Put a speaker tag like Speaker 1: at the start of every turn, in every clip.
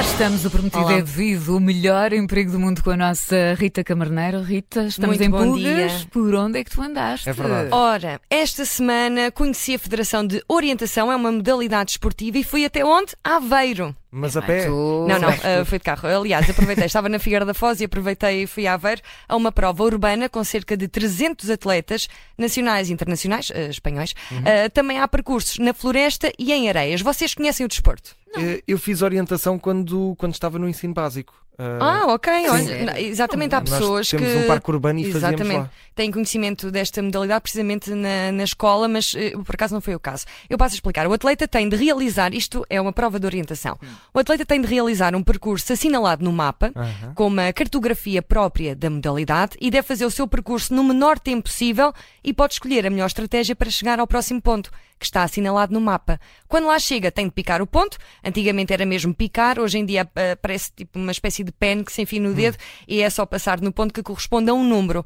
Speaker 1: Estamos o Prometido
Speaker 2: Olá.
Speaker 1: é Devido, o melhor emprego do mundo com a nossa Rita Camarneiro. Rita, estamos
Speaker 2: Muito
Speaker 1: em
Speaker 2: bom
Speaker 1: pulgas.
Speaker 2: dia.
Speaker 1: Por onde é que tu andaste?
Speaker 3: É verdade.
Speaker 2: Ora, esta semana conheci a Federação de Orientação, é uma modalidade esportiva e fui até onde? Aveiro.
Speaker 3: Mas a
Speaker 1: Ai,
Speaker 3: pé.
Speaker 1: tu-
Speaker 2: Não, não, ah, fui de carro. Aliás, aproveitei, estava na Figueira da Foz e aproveitei e fui a Aveiro a uma prova urbana com cerca de 300 atletas nacionais e internacionais, ah, espanhóis.
Speaker 3: Uhum.
Speaker 2: Ah, também há percursos na floresta e em areias. Vocês conhecem o desporto?
Speaker 3: Eh, Eu fiz orientação quando, quando estava no ensino básico. Eh,
Speaker 2: Ah, ok.
Speaker 1: Sim.
Speaker 2: Olha, exatamente, há
Speaker 3: Nós
Speaker 2: pessoas
Speaker 3: temos
Speaker 2: que.
Speaker 3: um parque urbano e fazíamos
Speaker 2: Exatamente.
Speaker 3: lá.
Speaker 2: Têm conhecimento desta modalidade precisamente na, na escola, mas eh, por acaso não foi o caso. Eu passo a explicar. O atleta tem de realizar, isto é uma prova de orientação, o atleta tem de realizar um percurso assinalado no mapa,
Speaker 3: Aham.
Speaker 2: com uma cartografia própria da modalidade e deve fazer o seu percurso no menor tempo possível e pode escolher a melhor estratégia para chegar ao próximo ponto, que está assinalado no mapa. Quando lá chega, tem de picar o ponto. Antigamente era mesmo picar, hoje em dia ah, parece tipo uma espécie de pen que se enfia no dedo e é só passar no ponto que corresponde a um número.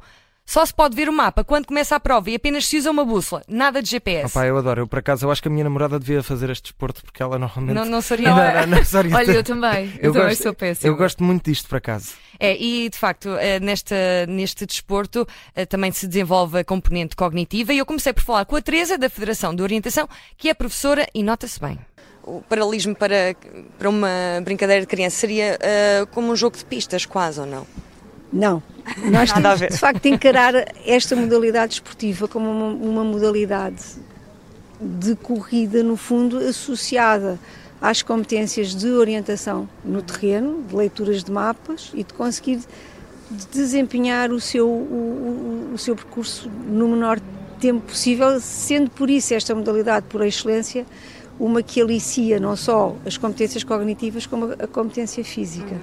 Speaker 2: Só se pode ver o mapa quando começa a prova e apenas se usa uma bússola, nada de GPS.
Speaker 3: Opa, eu adoro. Eu, por acaso, eu acho que a minha namorada devia fazer este desporto porque ela normalmente.
Speaker 2: Não, não seria.
Speaker 3: é Não, não, não, sorry.
Speaker 1: Olha, eu também. Eu, também sou péssima.
Speaker 3: eu gosto muito disto, por acaso.
Speaker 2: É, e de facto, eh, nesta, neste desporto eh, também se desenvolve a componente cognitiva e eu comecei por falar com a Teresa da Federação de Orientação, que é professora e nota-se bem. O paralismo para, para uma brincadeira de criança seria eh, como um jogo de pistas, quase ou não?
Speaker 4: Não. Nós
Speaker 2: Nada a
Speaker 4: temos,
Speaker 2: ver.
Speaker 4: de facto, de encarar esta modalidade esportiva como uma, uma modalidade de corrida, no fundo, associada às competências de orientação no terreno, de leituras de mapas e de conseguir desempenhar o seu, o, o- o seu percurso no menor tempo possível, sendo por isso esta modalidade, por excelência, uma que alicia não só as competências cognitivas, como a a competência física.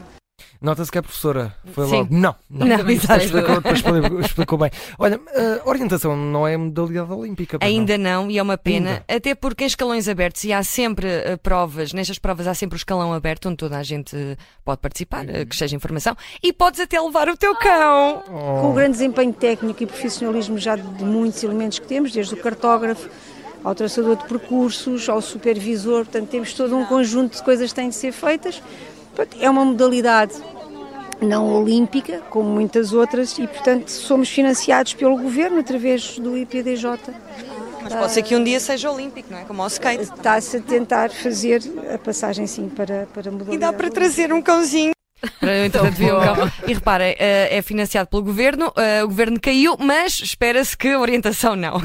Speaker 3: Nota-se que a professora foi
Speaker 2: Sim.
Speaker 3: logo. Não, não.
Speaker 2: Não,
Speaker 1: Também
Speaker 2: exato.
Speaker 1: sei do-
Speaker 3: Explicou, depois explicou- explicou bem. Olha, eh, orientação não é modalidade olímpica. pois
Speaker 2: Ainda não, e é uma pena,
Speaker 3: Ainda.
Speaker 2: até porque em escalões abertos, e há sempre eh, provas, nestas provas há sempre o escalão aberto onde toda a gente eh, pode participar, eh, que seja informação, e podes até levar o teu cão.
Speaker 3: não?
Speaker 4: Com o grande desempenho técnico e profissionalismo já de muitos elementos que temos, desde o cartógrafo ao traçador de percursos, ao supervisor, portanto, temos todo um conjunto de coisas que têm de ser feitas. Portanto, é uma modalidade não olímpica, como muitas outras, e, portanto, somos financiados pelo governo através do IPDJ.
Speaker 2: Mas pode ser que um dia seja olímpico, não é? Como ao skate.
Speaker 4: Ah, Está-se a tentar fazer a passagem, sim, para, para a modalidade.
Speaker 2: E dá para
Speaker 4: olímpica.
Speaker 2: trazer um cãozinho. Para, entretanto, ver um
Speaker 1: bom.
Speaker 2: cão. E reparem, eh, é financiado pelo governo, eh, o governo caiu, mas espera-se que a orientação não.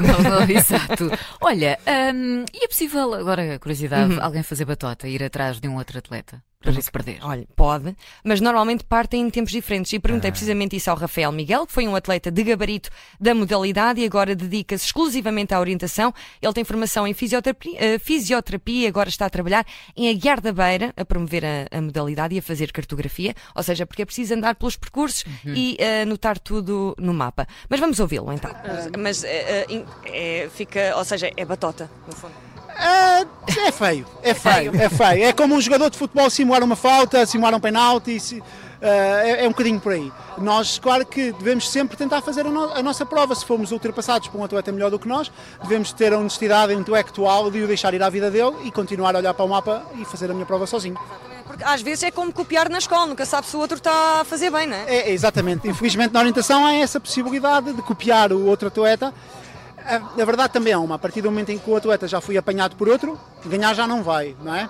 Speaker 1: Exato. Olha, hum, e é possível, agora curiosidade,
Speaker 2: Uhum.
Speaker 1: alguém fazer batota, ir atrás de um outro atleta para não se perder?
Speaker 2: Olha, pode, mas normalmente partem em tempos diferentes. E perguntei precisamente isso ao Rafael Miguel, que foi um atleta de gabarito da modalidade e agora dedica-se exclusivamente à orientação. Ele tem formação em fisioterapia, eh, fisioterapia e agora está a trabalhar em Aguiar da Beira, a promover a, a modalidade e a fazer cartografia, ou seja, porque é preciso andar pelos percursos e eh, anotar tudo no mapa. Mas vamos ouvi-lo então. Mas eh, fica, ou seja, é batota, no fundo.
Speaker 5: É, é feio, é feio, é feio. É como um jogador de futebol simular uma falta, simular um penalti, se- eh, é, é um bocadinho por aí. Nós, claro que devemos sempre tentar fazer a, no- a nossa prova. Se formos ultrapassados por um atleta melhor do que nós, devemos ter a honestidade intelectual de o deixar ir à vida dele e continuar a olhar para o mapa e fazer a minha prova sozinho.
Speaker 2: Porque às vezes é como copiar na escola, nunca sabe se o outro está a fazer bem, não
Speaker 5: É, é, exatamente. Infelizmente, na orientação há essa possibilidade de copiar o outro atleta. A- A verdade também é uma, a partir do momento em que o atleta já foi apanhado por outro, ganhar já não vai, não é?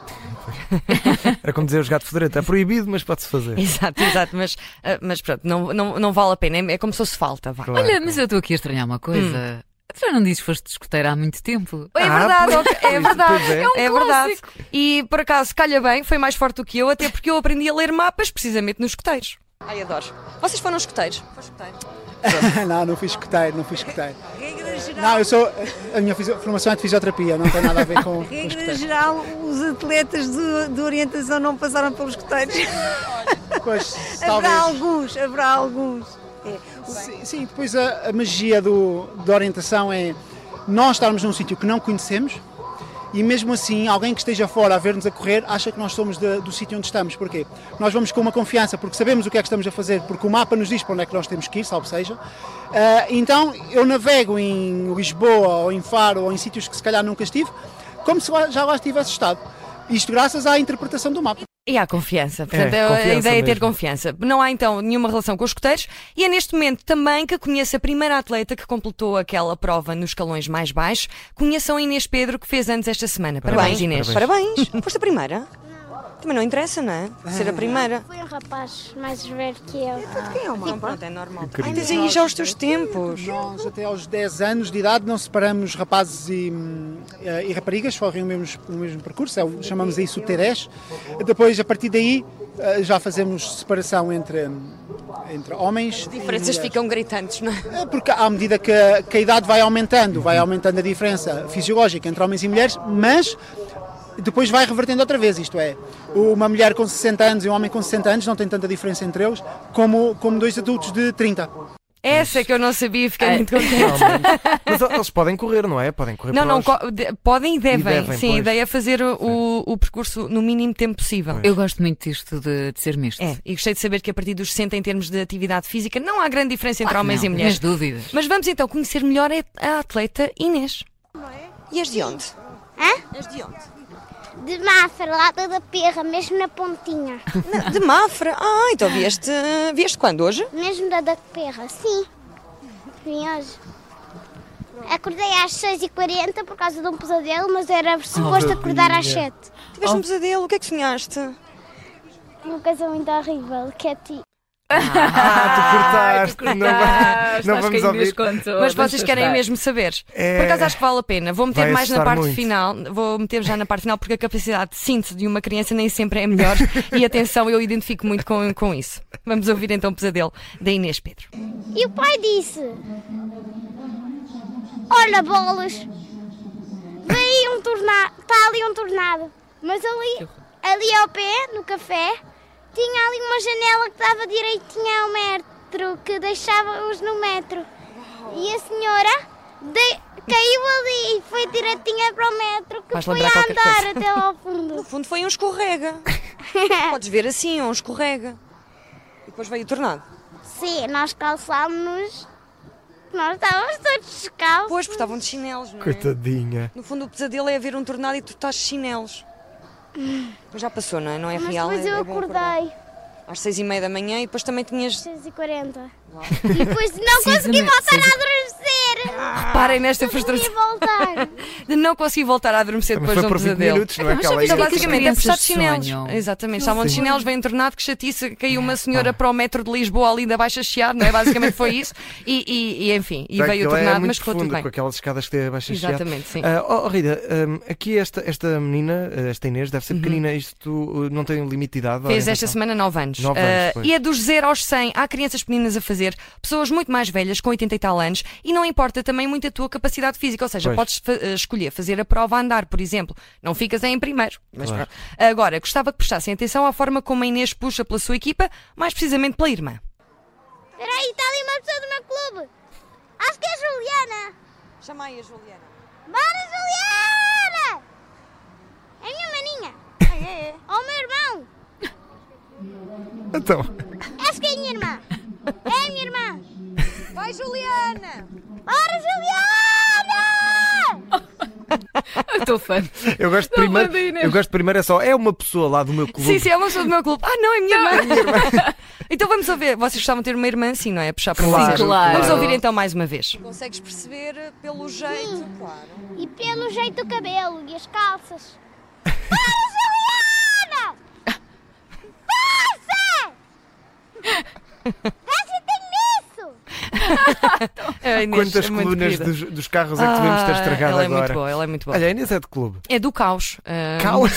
Speaker 3: Era como dizer o gato fedorento. É proibido, mas pode-se fazer.
Speaker 2: Exato, exato, mas, ah, mas pronto, não, não, não vale a pena, é, é como se fosse falta. Vá.
Speaker 3: Claro.
Speaker 1: Olha, mas eu estou aqui a estranhar uma coisa. Já não dizes que foste escuteira há muito tempo?
Speaker 2: Hum. É
Speaker 3: Ah,
Speaker 2: verdade,
Speaker 3: pois,
Speaker 2: ok, é
Speaker 3: pois
Speaker 2: verdade,
Speaker 3: é.
Speaker 2: é,
Speaker 3: É um
Speaker 2: verdade. E por acaso, calha bem, foi mais forte do que eu, até porque eu aprendi a ler mapas precisamente nos escuteiros. Ai, adoro. Vocês foram escuteiros?
Speaker 5: não, não fui escuteiro, não fui escuteiro. Não, eu sou. A minha fisio- formação é de fisioterapia, não tem nada a ver com. com
Speaker 4: Regra
Speaker 5: escuteiro.
Speaker 4: geral, os atletas de, de orientação não passaram pelos coteiros.
Speaker 5: Pois,
Speaker 4: Haverá
Speaker 5: talvez.
Speaker 4: alguns, haverá alguns. É.
Speaker 5: Sim, sim, depois a, a magia do, da orientação é nós estarmos num sítio que não conhecemos e mesmo assim alguém que esteja fora a ver-nos a correr acha que nós somos da- do sítio onde estamos. Porquê? Nós vamos com uma confiança porque sabemos o que é que estamos a fazer, porque o mapa nos diz para onde é que nós temos que ir, salvo seja. Ah, então eu navego em Lisboa ou em Faro ou em sítios que se calhar nunca estive, como se lá- já lá estivesse estado. Isto graças à interpretação do mapa.
Speaker 2: E há confiança. Portanto,
Speaker 3: É,
Speaker 2: a- a
Speaker 3: confiança
Speaker 2: ideia é ter
Speaker 3: mesmo.
Speaker 2: confiança. Não há então nenhuma relação com os escuteiros. E é neste momento também que conheço a primeira atleta que completou aquela prova nos escalões mais baixos. Conheçam a Inês Pedro, que fez antes esta semana. Parabéns,
Speaker 3: Parabéns,
Speaker 2: Inês.
Speaker 6: Parabéns! Foste a primeira? Também não interessa, não é? Ser a primeira.
Speaker 7: Foi um rapaz mais velho que eu.
Speaker 4: Quem é o mapa?
Speaker 2: Pronto, é normal.
Speaker 6: Ai, tens aí já os teus tempos.
Speaker 5: Nós, até aos 10 anos de idade, não separamos rapazes e, hum, eh, e raparigas, correm o mesmo, o mesmo percurso, é o- chamamos aí sub-T10. Depois, a partir daí, eh, já fazemos separação entre, hum, entre homens. e
Speaker 2: Diferenças
Speaker 5: mulheres.
Speaker 2: ficam gritantes, não é?
Speaker 5: É porque à medida que a, que a idade vai aumentando, vai aumentando a diferença fisiológica entre homens e mulheres, mas depois vai revertendo outra vez, isto é, uma mulher com 60 anos e um homem com 60 anos não tem tanta diferença entre eles como, como dois adultos de 30.
Speaker 2: Essa é que eu não sabia, fiquei
Speaker 1: Ai.
Speaker 2: muito contente.
Speaker 3: Mas eles podem correr, não é? Podem correr
Speaker 2: Não,
Speaker 3: por
Speaker 2: não,
Speaker 3: nós.
Speaker 2: co- de- podem e devem.
Speaker 3: devem,
Speaker 2: Sim, a
Speaker 3: pois.
Speaker 2: ideia é fazer o- o, o percurso no mínimo tempo possível.
Speaker 1: Eu gosto muito disto de, de ser misto.
Speaker 2: É, e gostei de saber que a partir dos 60, em termos de atividade física, não há grande diferença entre
Speaker 1: Claro que
Speaker 2: homens e
Speaker 1: não,
Speaker 2: mulheres.
Speaker 1: Mas dúvidas.
Speaker 2: Mas vamos então conhecer melhor a- a atleta Inês.
Speaker 6: E és de onde?
Speaker 7: Hã?
Speaker 6: És de onde?
Speaker 7: De máfara, lá da perra, mesmo na pontinha.
Speaker 6: Na- de Mafra. Ah, então vieste, vieste quando? Hoje?
Speaker 7: Mesmo da da perra, sim. Vim hoje. Acordei às 6h40 por causa de um pesadelo, mas era suposto acordar às 7
Speaker 6: Tiveste
Speaker 1: Oh.
Speaker 6: um pesadelo, o que é que sonhaste?
Speaker 7: Uma coisa muito horrível, que é ti.
Speaker 3: Ah, tu cortaste. não vai- não vamos ouvir.
Speaker 2: Mas vocês querem mesmo saber.
Speaker 3: É.
Speaker 2: Por acaso acho que vale a pena. Vou meter
Speaker 3: Vai
Speaker 2: mais na
Speaker 3: assustar
Speaker 2: parte
Speaker 3: muito.
Speaker 2: final. Vou meter já na parte final porque a capacidade de síntese de uma criança nem sempre é melhor. e atenção, eu identifico muito com, com isso. Vamos ouvir então o pesadelo da Inês Pedro.
Speaker 7: E o pai disse: Olha, bolas, vem aí um tornado, está ali um tornado. Mas ali, ali ao pé, no café, tinha ali uma janela que dava direitinho ao metro, que deixava-os no metro. E a senhora de- caiu ali e foi direitinha para o metro, que
Speaker 2: Vais
Speaker 7: foi a
Speaker 2: lembrar qualquer
Speaker 7: andar
Speaker 2: coisa.
Speaker 7: até lá ao
Speaker 6: No
Speaker 7: fundo.
Speaker 6: fundo foi um escorrega. Podes ver assim, um escorrega. E depois veio o tornado.
Speaker 7: Sim, nós calçámos-nos, nós estávamos todos descalços.
Speaker 6: Pois, porque estavam de chinelos, não é?
Speaker 3: Coitadinha.
Speaker 6: No fundo o pesadelo é haver um tornado e tu estás de chinelos. Mas já passou, não é? Não é
Speaker 7: Mas
Speaker 6: real.
Speaker 7: depois
Speaker 6: é,
Speaker 7: eu
Speaker 6: é bom acordar.
Speaker 7: acordei.
Speaker 6: Às seis e meia da manhã e depois também tinhas...
Speaker 7: 6h40. E depois não consegui
Speaker 1: Precisamente,
Speaker 7: voltar
Speaker 1: seis
Speaker 7: a adormecer.
Speaker 2: Reparem nesta
Speaker 7: Consegui
Speaker 2: frustração
Speaker 7: voltar.
Speaker 2: de não conseguir voltar a adormecer
Speaker 3: Mas
Speaker 2: depois de
Speaker 3: foi
Speaker 2: um
Speaker 3: por 20
Speaker 2: pesadelo.
Speaker 3: minutos, não é?
Speaker 1: mas
Speaker 3: Aquela
Speaker 1: sabes
Speaker 2: Então,
Speaker 1: Sim,
Speaker 3: ideia.
Speaker 1: que
Speaker 2: basicamente é prestar de
Speaker 1: crianças
Speaker 2: chinelos.
Speaker 1: sonham.
Speaker 2: Exatamente, estavam de chinelos,
Speaker 6: um
Speaker 2: vem tornado, que chatice, caiu uma senhora para o metro de Lisboa ali da Baixa Chiar, não é? Basicamente foi isso. E, e- e, enfim, e
Speaker 3: Já
Speaker 2: veio o
Speaker 3: aquilo é
Speaker 2: tornado,
Speaker 3: muito
Speaker 2: mas ficou tudo
Speaker 3: profundo,
Speaker 2: bem.
Speaker 3: Com aquelas escadas que tem abaixo chiado.
Speaker 2: Exatamente, sim.
Speaker 3: Ah, oh, oh, Rita, hum, aqui esta, esta menina, eh, esta Inês, deve ser pequenina. Isto uh, não tem limite de idade?
Speaker 2: Uhum. Fez
Speaker 3: orientação?
Speaker 2: esta semana 9 anos.
Speaker 3: Nove anos,
Speaker 2: Ah,
Speaker 3: pois.
Speaker 2: e é dos 0 aos 100. Há crianças pequeninas a fazer, pessoas muito mais velhas, com 80 e tal anos, e não importa também muito a tua capacidade física. Ou seja,
Speaker 3: Pois.
Speaker 2: podes fa- ah, escolher fazer a prova a andar, por exemplo. Não ficas em primeiro. Mas
Speaker 3: Claro.
Speaker 2: pronto. Agora, gostava que prestassem atenção à forma como a Inês puxa pela sua equipa, mais precisamente pela irmã.
Speaker 7: Espera aí, está tá ali uma pessoa do meu clube. Acho que é a Juliana.
Speaker 6: Chamai a Juliana.
Speaker 7: Bora, Juliana! É a minha maninha.
Speaker 6: Ah,
Speaker 7: É, Ou o meu irmão.
Speaker 3: Então,
Speaker 7: Acho que é a minha irmã. É a minha irmã.
Speaker 6: Vai, Juliana!
Speaker 7: Bora, Juliana!
Speaker 1: Eu Estou fã.
Speaker 3: eu gosto
Speaker 1: Não
Speaker 3: primeiro.
Speaker 1: manda, Inês.
Speaker 3: Eu gosto primeiro, é só. É uma pessoa lá do meu clube.
Speaker 2: Sim, sim, é uma pessoa do meu clube. Ah, não, é minha irmã. então vamos ouvir. Vocês gostavam de ter uma irmã assim, não é? A Puxar para
Speaker 3: Claro,
Speaker 2: vocês.
Speaker 1: claro.
Speaker 2: Vamos
Speaker 8: É
Speaker 2: ouvir então mais uma vez. Hum.
Speaker 6: Consegues perceber pelo jeito, claro.
Speaker 7: E pelo jeito o cabelo e as calças. Bora, Juliana! Passa! Gasta-te nisso!
Speaker 2: A Inês
Speaker 3: Quantas
Speaker 2: é muito
Speaker 3: colunas
Speaker 2: querida.
Speaker 3: dos, dos carros é que devemos ter
Speaker 2: Ah,
Speaker 3: estragado
Speaker 2: ela é
Speaker 3: agora?
Speaker 2: muito boa, ela é muito boa.
Speaker 3: Olha, a Inês é de clube.
Speaker 2: É do caos. ah,
Speaker 3: Cala.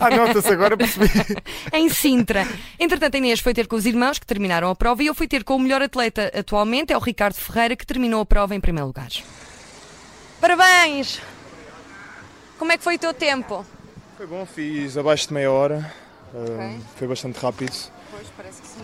Speaker 3: Anota-se agora, percebi.
Speaker 2: em Sintra. Entretanto, a Inês foi ter com os irmãos que terminaram a prova e eu fui ter com o melhor atleta atualmente, é o Ricardo Ferreira, que terminou a prova em primeiro lugar.
Speaker 6: Parabéns! Como é que foi o teu tempo?
Speaker 8: Foi bom, fiz abaixo de meia hora. Um, foi bastante rápido.
Speaker 6: Pois, parece que sim.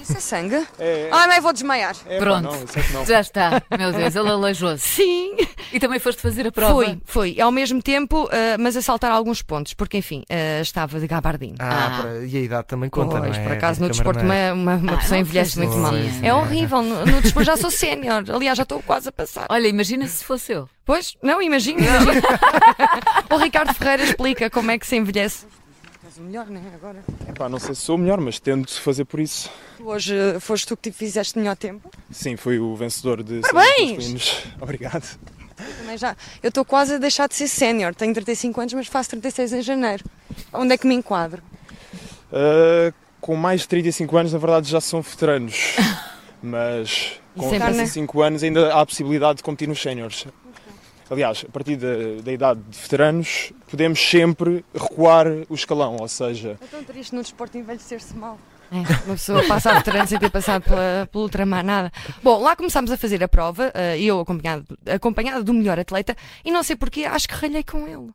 Speaker 6: Isso é sangue?
Speaker 8: É,
Speaker 6: Ai, mãe, vou desmaiar.
Speaker 8: é, pá,
Speaker 1: Pronto.
Speaker 8: não, isso é que não.
Speaker 1: Já está. Meu Deus, ele aleijou-se.
Speaker 2: Sim!
Speaker 1: E também foste fazer a prova.
Speaker 2: Foi, foi. Ao mesmo tempo, ah, mas a saltar alguns pontos, porque enfim, ah, estava de gabardinho.
Speaker 3: Ah,
Speaker 1: Ah.
Speaker 3: para- e a idade também conta,
Speaker 2: Pois,
Speaker 3: não é?
Speaker 2: por acaso no
Speaker 3: Câmara
Speaker 2: desporto
Speaker 3: não é?
Speaker 2: uma, uma, uma
Speaker 1: Ah,
Speaker 2: pessoa
Speaker 1: não
Speaker 2: envelhece
Speaker 1: fez
Speaker 2: muito mal.
Speaker 1: isso.
Speaker 2: É horrível, no, no desporto já sou sénior. Aliás, já estou quase a passar.
Speaker 1: Olha, imagina se fosse eu.
Speaker 2: Pois, não, imagino, imagino. o Ricardo Ferreira explica como é que se envelhece.
Speaker 6: Tens melhor, né? Agora.
Speaker 8: Epá, não sei se sou o melhor, mas tento fazer por isso.
Speaker 6: Tu Hoje eh, foste tu que te fizeste melhor tempo.
Speaker 8: Sim, fui o vencedor de
Speaker 6: Parabéns!
Speaker 8: Salões masculinos. Obrigado.
Speaker 6: Também já. Eu estou quase a deixar de ser sénior. Tenho 35 anos, mas faço 36 em janeiro. Onde é que me enquadro?
Speaker 8: Ah, com mais de 35 anos, na verdade, já são veteranos. Mas com
Speaker 2: sempre, né?
Speaker 8: 35 anos ainda há a possibilidade de competir nos séniores. Aliás, a partir da, da idade de veteranos, podemos sempre recuar o escalão, ou seja,
Speaker 6: É tão triste no desporto envelhecer-se mal.
Speaker 2: É, uma pessoa passa a veterano sem ter passado pela, pela ultramar, nada. Bom, lá começámos a fazer a prova, eh, eu acompanhada, acompanhada do melhor atleta, e não sei porquê, acho que ralhei com ele.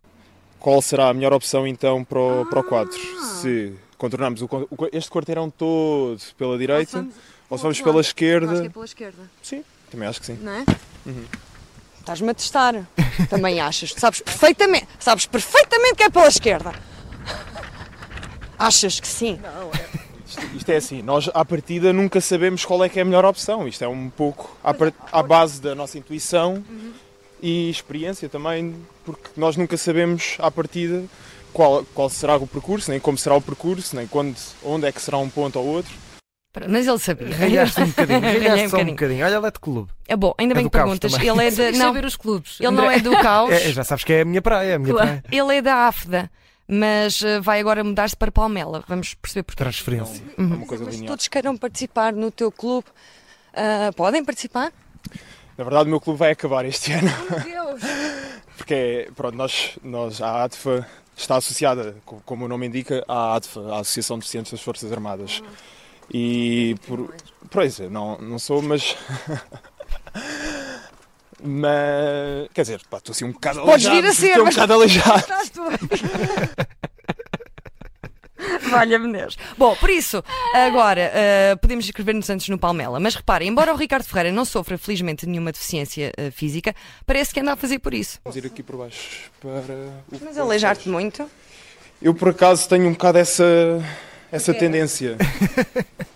Speaker 8: qual será a melhor opção então para o, para o
Speaker 6: Ah.
Speaker 8: quadro? Se contornarmos o con- o- este quarteirão todo pela direita, ou se vamos pela
Speaker 6: Acho que é
Speaker 8: esquerda?
Speaker 6: pela esquerda,
Speaker 8: Sim, também acho que sim.
Speaker 6: não é? Estás-me a testar. Também achas. Tu Sabes perfeitamente, sabes perfeitamente que é pela esquerda. Achas que sim?
Speaker 8: Isto, isto é assim, nós à partida nunca sabemos qual é que é a melhor opção. Isto é um pouco à, par- à base da nossa intuição
Speaker 6: Uhum.
Speaker 8: e experiência também, porque nós nunca sabemos à partida qual, qual será o percurso, nem como será o percurso, nem quando, onde é que será um ponto ou outro.
Speaker 2: Pronto, Mas ele sabia.
Speaker 3: Ralhaste um bocadinho,
Speaker 2: Ralhei um
Speaker 3: ralhaste só um
Speaker 2: bocadinho.
Speaker 3: bocadinho. Olha lá de clube.
Speaker 2: É bom, ainda
Speaker 3: É
Speaker 2: bem
Speaker 3: do
Speaker 2: que
Speaker 3: caos
Speaker 2: perguntas.
Speaker 3: também.
Speaker 2: Ele é da.
Speaker 1: Queres
Speaker 2: Não,
Speaker 1: saber os clubes.
Speaker 2: ele não é do caos.
Speaker 3: É, já sabes que é a minha praia, é a minha
Speaker 1: Claro.
Speaker 3: praia.
Speaker 2: Ele é da AFDA, mas eh, vai agora mudar-se para Palmela. Vamos perceber porquê.
Speaker 3: Transferência.
Speaker 8: É uma coisa
Speaker 6: Mas
Speaker 8: linear.
Speaker 6: todos queiram participar no teu clube. ah, podem participar?
Speaker 8: Na verdade, o meu clube vai acabar este ano.
Speaker 6: Meu Deus!
Speaker 8: Porque, é- pronto, nós, nós, a ADFA está associada, co- como o nome indica, à ADFA, à Associação de Deficientes das Forças Armadas.
Speaker 6: Uhum.
Speaker 8: E, por, pois, eu não, não sou, mas... mas, quer dizer, pá, estou assim um bocado
Speaker 6: Podes
Speaker 8: aleijado.
Speaker 6: vir a ser,
Speaker 8: Estou um
Speaker 6: mas-
Speaker 8: bocado aleijado.
Speaker 6: Estás tu Valha-me Deus.
Speaker 2: Bom, por isso, agora eh, podemos inscrever-nos antes no Palmela. Mas reparem, embora o Ricardo Ferreira não sofra felizmente nenhuma deficiência eh, física, parece que anda a fazer por isso.
Speaker 8: Vamos ir aqui por baixo para... o-
Speaker 6: Mas aleijar-te muito.
Speaker 8: Eu, por acaso, tenho um bocado essa, essa tendência.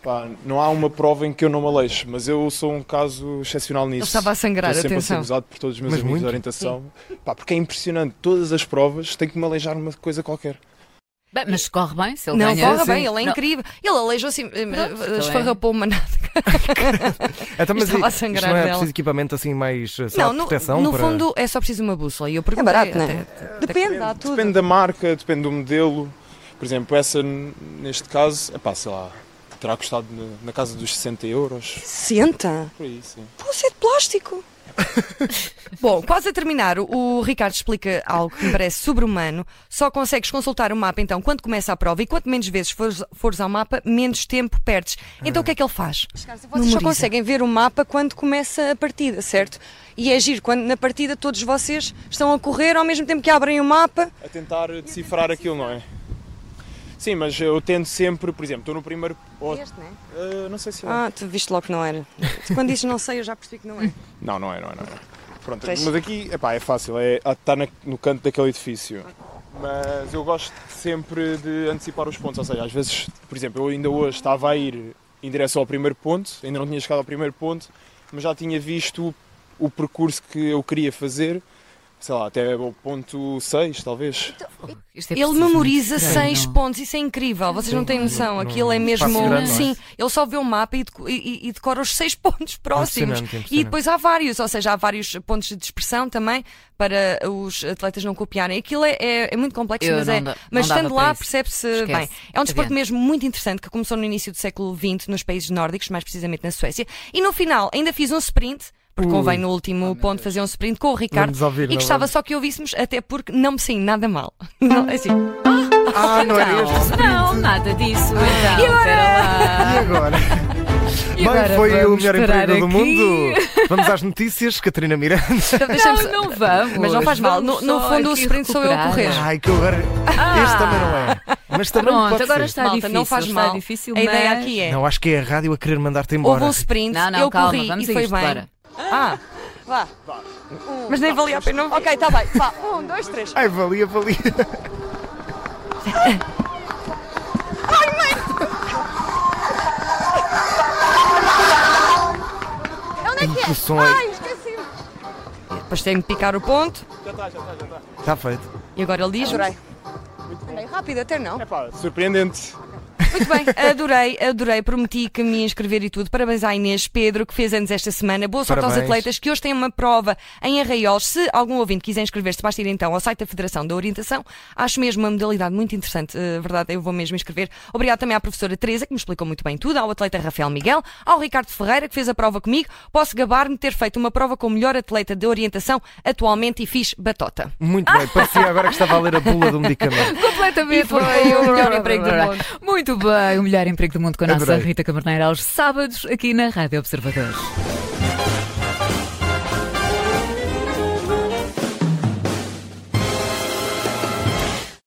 Speaker 8: Pá, não há uma prova em que eu não me aleixe, mas eu sou um caso excepcional nisso.
Speaker 2: estava a sangrar,
Speaker 8: Estou sempre a
Speaker 2: atenção.
Speaker 8: ser usado por todos os meus
Speaker 3: Mas
Speaker 8: amigos
Speaker 3: muito?
Speaker 8: de orientação. Pá, porque é impressionante. Todas as provas têm que me aleijar uma coisa qualquer.
Speaker 1: Bem, mas corre bem, se ele
Speaker 2: Não,
Speaker 1: ganha.
Speaker 2: corre bem,
Speaker 1: Sim.
Speaker 2: ele é
Speaker 1: Não,
Speaker 2: incrível. Ele aleijou assim, eh,
Speaker 1: Pronto,
Speaker 2: eh,
Speaker 1: ele é.
Speaker 2: esfarrapou uma nada.
Speaker 3: Então, mas
Speaker 2: Estava a
Speaker 3: isto
Speaker 2: sangrar
Speaker 3: não é
Speaker 2: dela.
Speaker 3: preciso equipamento assim mais eh, sei lá,
Speaker 2: Não,
Speaker 3: de
Speaker 2: no,
Speaker 3: proteção?
Speaker 2: no
Speaker 3: para...
Speaker 2: fundo é só preciso uma bússola. E eu perguntei
Speaker 6: barato, não é?
Speaker 2: até-
Speaker 6: Depende, há tudo.
Speaker 8: Depende da marca, depende do modelo. Por exemplo, essa, n- neste caso, epá, sei lá, terá custado na, na casa dos 60 euros.
Speaker 6: Senta.
Speaker 8: Por aí, sim.
Speaker 6: Você é de plástico.
Speaker 2: Bom, quase a terminar, o- o Ricardo explica algo que me parece sobre-humano. Só consegues consultar o mapa então quando começa a prova e quanto menos vezes fores, fores ao mapa, menos tempo perdes. Então o que é que ele faz?
Speaker 6: Vocês
Speaker 2: Memoriza.
Speaker 6: só conseguem ver o mapa quando começa a partida, certo? E é giro, quando na partida todos vocês estão a correr ao mesmo tempo que abrem o mapa.
Speaker 8: a tentar decifrar aquilo, não é? Sim, mas eu tento sempre, por exemplo, estou no primeiro. ou-
Speaker 6: Este, não é?
Speaker 8: Ah, não sei se é.
Speaker 6: Ah, tu viste logo que não era. Tu Quando dizes não sei, eu já percebi que não é.
Speaker 8: Não, não é, não é, não é. Pronto,
Speaker 6: Pois.
Speaker 8: mas aqui epá, é fácil, é está na- no canto daquele edifício. Mas eu gosto sempre de antecipar os pontos, ou seja, às vezes, por exemplo, eu ainda hoje estava a ir em direção ao primeiro ponto, ainda não tinha chegado ao primeiro ponto, mas já tinha visto o, o percurso que eu queria fazer, sei lá, até o ponto 6, talvez.
Speaker 1: isto é
Speaker 2: Ele
Speaker 1: preciso
Speaker 2: memoriza
Speaker 1: muito
Speaker 2: seis
Speaker 1: treino.
Speaker 2: pontos, isso é incrível, vocês não têm noção. Aquilo é mesmo.
Speaker 3: Fascinante, não é?
Speaker 2: Sim, ele só vê o mapa e, deco- e- e- e decora os seis pontos próximos.
Speaker 3: Impressionante,
Speaker 2: E
Speaker 3: impressionante.
Speaker 2: depois há vários, ou seja, há vários pontos de expressão também para os atletas não copiarem. Aquilo é, é- é muito complexo,
Speaker 1: Eu
Speaker 2: mas,
Speaker 1: não
Speaker 2: é,
Speaker 1: da-
Speaker 2: mas
Speaker 1: não dava
Speaker 2: estando
Speaker 1: para
Speaker 2: lá
Speaker 1: isso.
Speaker 2: percebe-se
Speaker 1: Esquece.
Speaker 2: bem. É um desporto
Speaker 1: Adiante.
Speaker 2: mesmo muito interessante que começou no início do século XX nos países nórdicos, mais precisamente na Suécia. E no final ainda fiz um sprint. Porque
Speaker 3: Ui.
Speaker 2: convém no último ponto fazer um sprint com o Ricardo
Speaker 3: Vamos ouvir,
Speaker 2: e
Speaker 3: não é?
Speaker 2: gostava
Speaker 3: vamos?
Speaker 2: só que ouvíssemos, até porque não me saí nada mal. Não, assim,
Speaker 3: Ah, não era este?
Speaker 1: Não, nada disso. Então, espera lá.
Speaker 3: E agora?
Speaker 1: E
Speaker 3: Bem,
Speaker 1: agora
Speaker 3: foi o
Speaker 1: vamos
Speaker 3: melhor
Speaker 1: parar
Speaker 3: emprego do
Speaker 1: aqui.
Speaker 3: mundo. Vamos às notícias, Catarina Miranda.
Speaker 2: deixa-me só-
Speaker 1: Não, não vamos.
Speaker 2: Então, Mas não faz mal, no,
Speaker 1: Vamos
Speaker 2: no
Speaker 1: só
Speaker 2: fundo o
Speaker 1: aqui
Speaker 2: sprint sou eu a
Speaker 1: recuperar.
Speaker 2: correr.
Speaker 3: Ai, que horror. Este também não é. Mas também
Speaker 1: Pronto,
Speaker 3: pode
Speaker 1: agora
Speaker 3: ser.
Speaker 1: está
Speaker 2: Malta,
Speaker 1: difícil.
Speaker 2: não faz
Speaker 1: está
Speaker 2: mal.
Speaker 1: difícil,
Speaker 2: a ideia
Speaker 1: mas-
Speaker 2: aqui é:
Speaker 3: Não, acho que é a rádio a querer mandar-te
Speaker 2: houve
Speaker 3: embora.
Speaker 2: um sprint,
Speaker 1: Não, não,
Speaker 2: eu
Speaker 1: calma,
Speaker 2: corri
Speaker 1: vamos
Speaker 2: e
Speaker 1: a
Speaker 2: foi
Speaker 1: isto,
Speaker 2: bem.
Speaker 1: bora.
Speaker 2: Ah,
Speaker 6: Vá.
Speaker 2: mas nem valia a pena.
Speaker 6: Ok, está bem. Vá. Um, dois, três.
Speaker 3: Ai, valia, valia.
Speaker 7: Onde é que
Speaker 3: Que som é?
Speaker 7: esqueci.
Speaker 2: Depois tenho que picar o ponto
Speaker 3: Está Tá feito.
Speaker 2: e agora ele diz:
Speaker 6: Adorei.
Speaker 8: muito bom.
Speaker 9: Andei rápido, até não.
Speaker 8: É pá, surpreendente.
Speaker 9: Muito bem,
Speaker 6: Adorei, adorei, prometi que me ia inscrever e tudo. Parabéns à Inês Pedro, que fez anos esta semana. Boa sorte aos
Speaker 3: Parabéns.
Speaker 6: atletas, que hoje têm uma prova em Arraiós. Se algum ouvinte quiser inscrever-se, basta ir então ao site da Federação da Orientação. Acho mesmo uma modalidade muito interessante, eh, verdade, eu vou mesmo inscrever. Obrigado também à professora Teresa, que me explicou muito bem tudo, ao atleta Rafael Miguel, ao Ricardo Ferreira, que fez a prova comigo. Posso gabar-me de ter feito uma prova com o melhor atleta de orientação atualmente e fiz batota.
Speaker 3: Muito bem, parecia agora que estava a ler a bula do medicamento.
Speaker 1: Completamente foi o melhor emprego do mundo. Muito bem, o melhor emprego do mundo com a nossa
Speaker 3: Adorei.
Speaker 1: Rita Caberneira aos sábados aqui na Rádio Observador.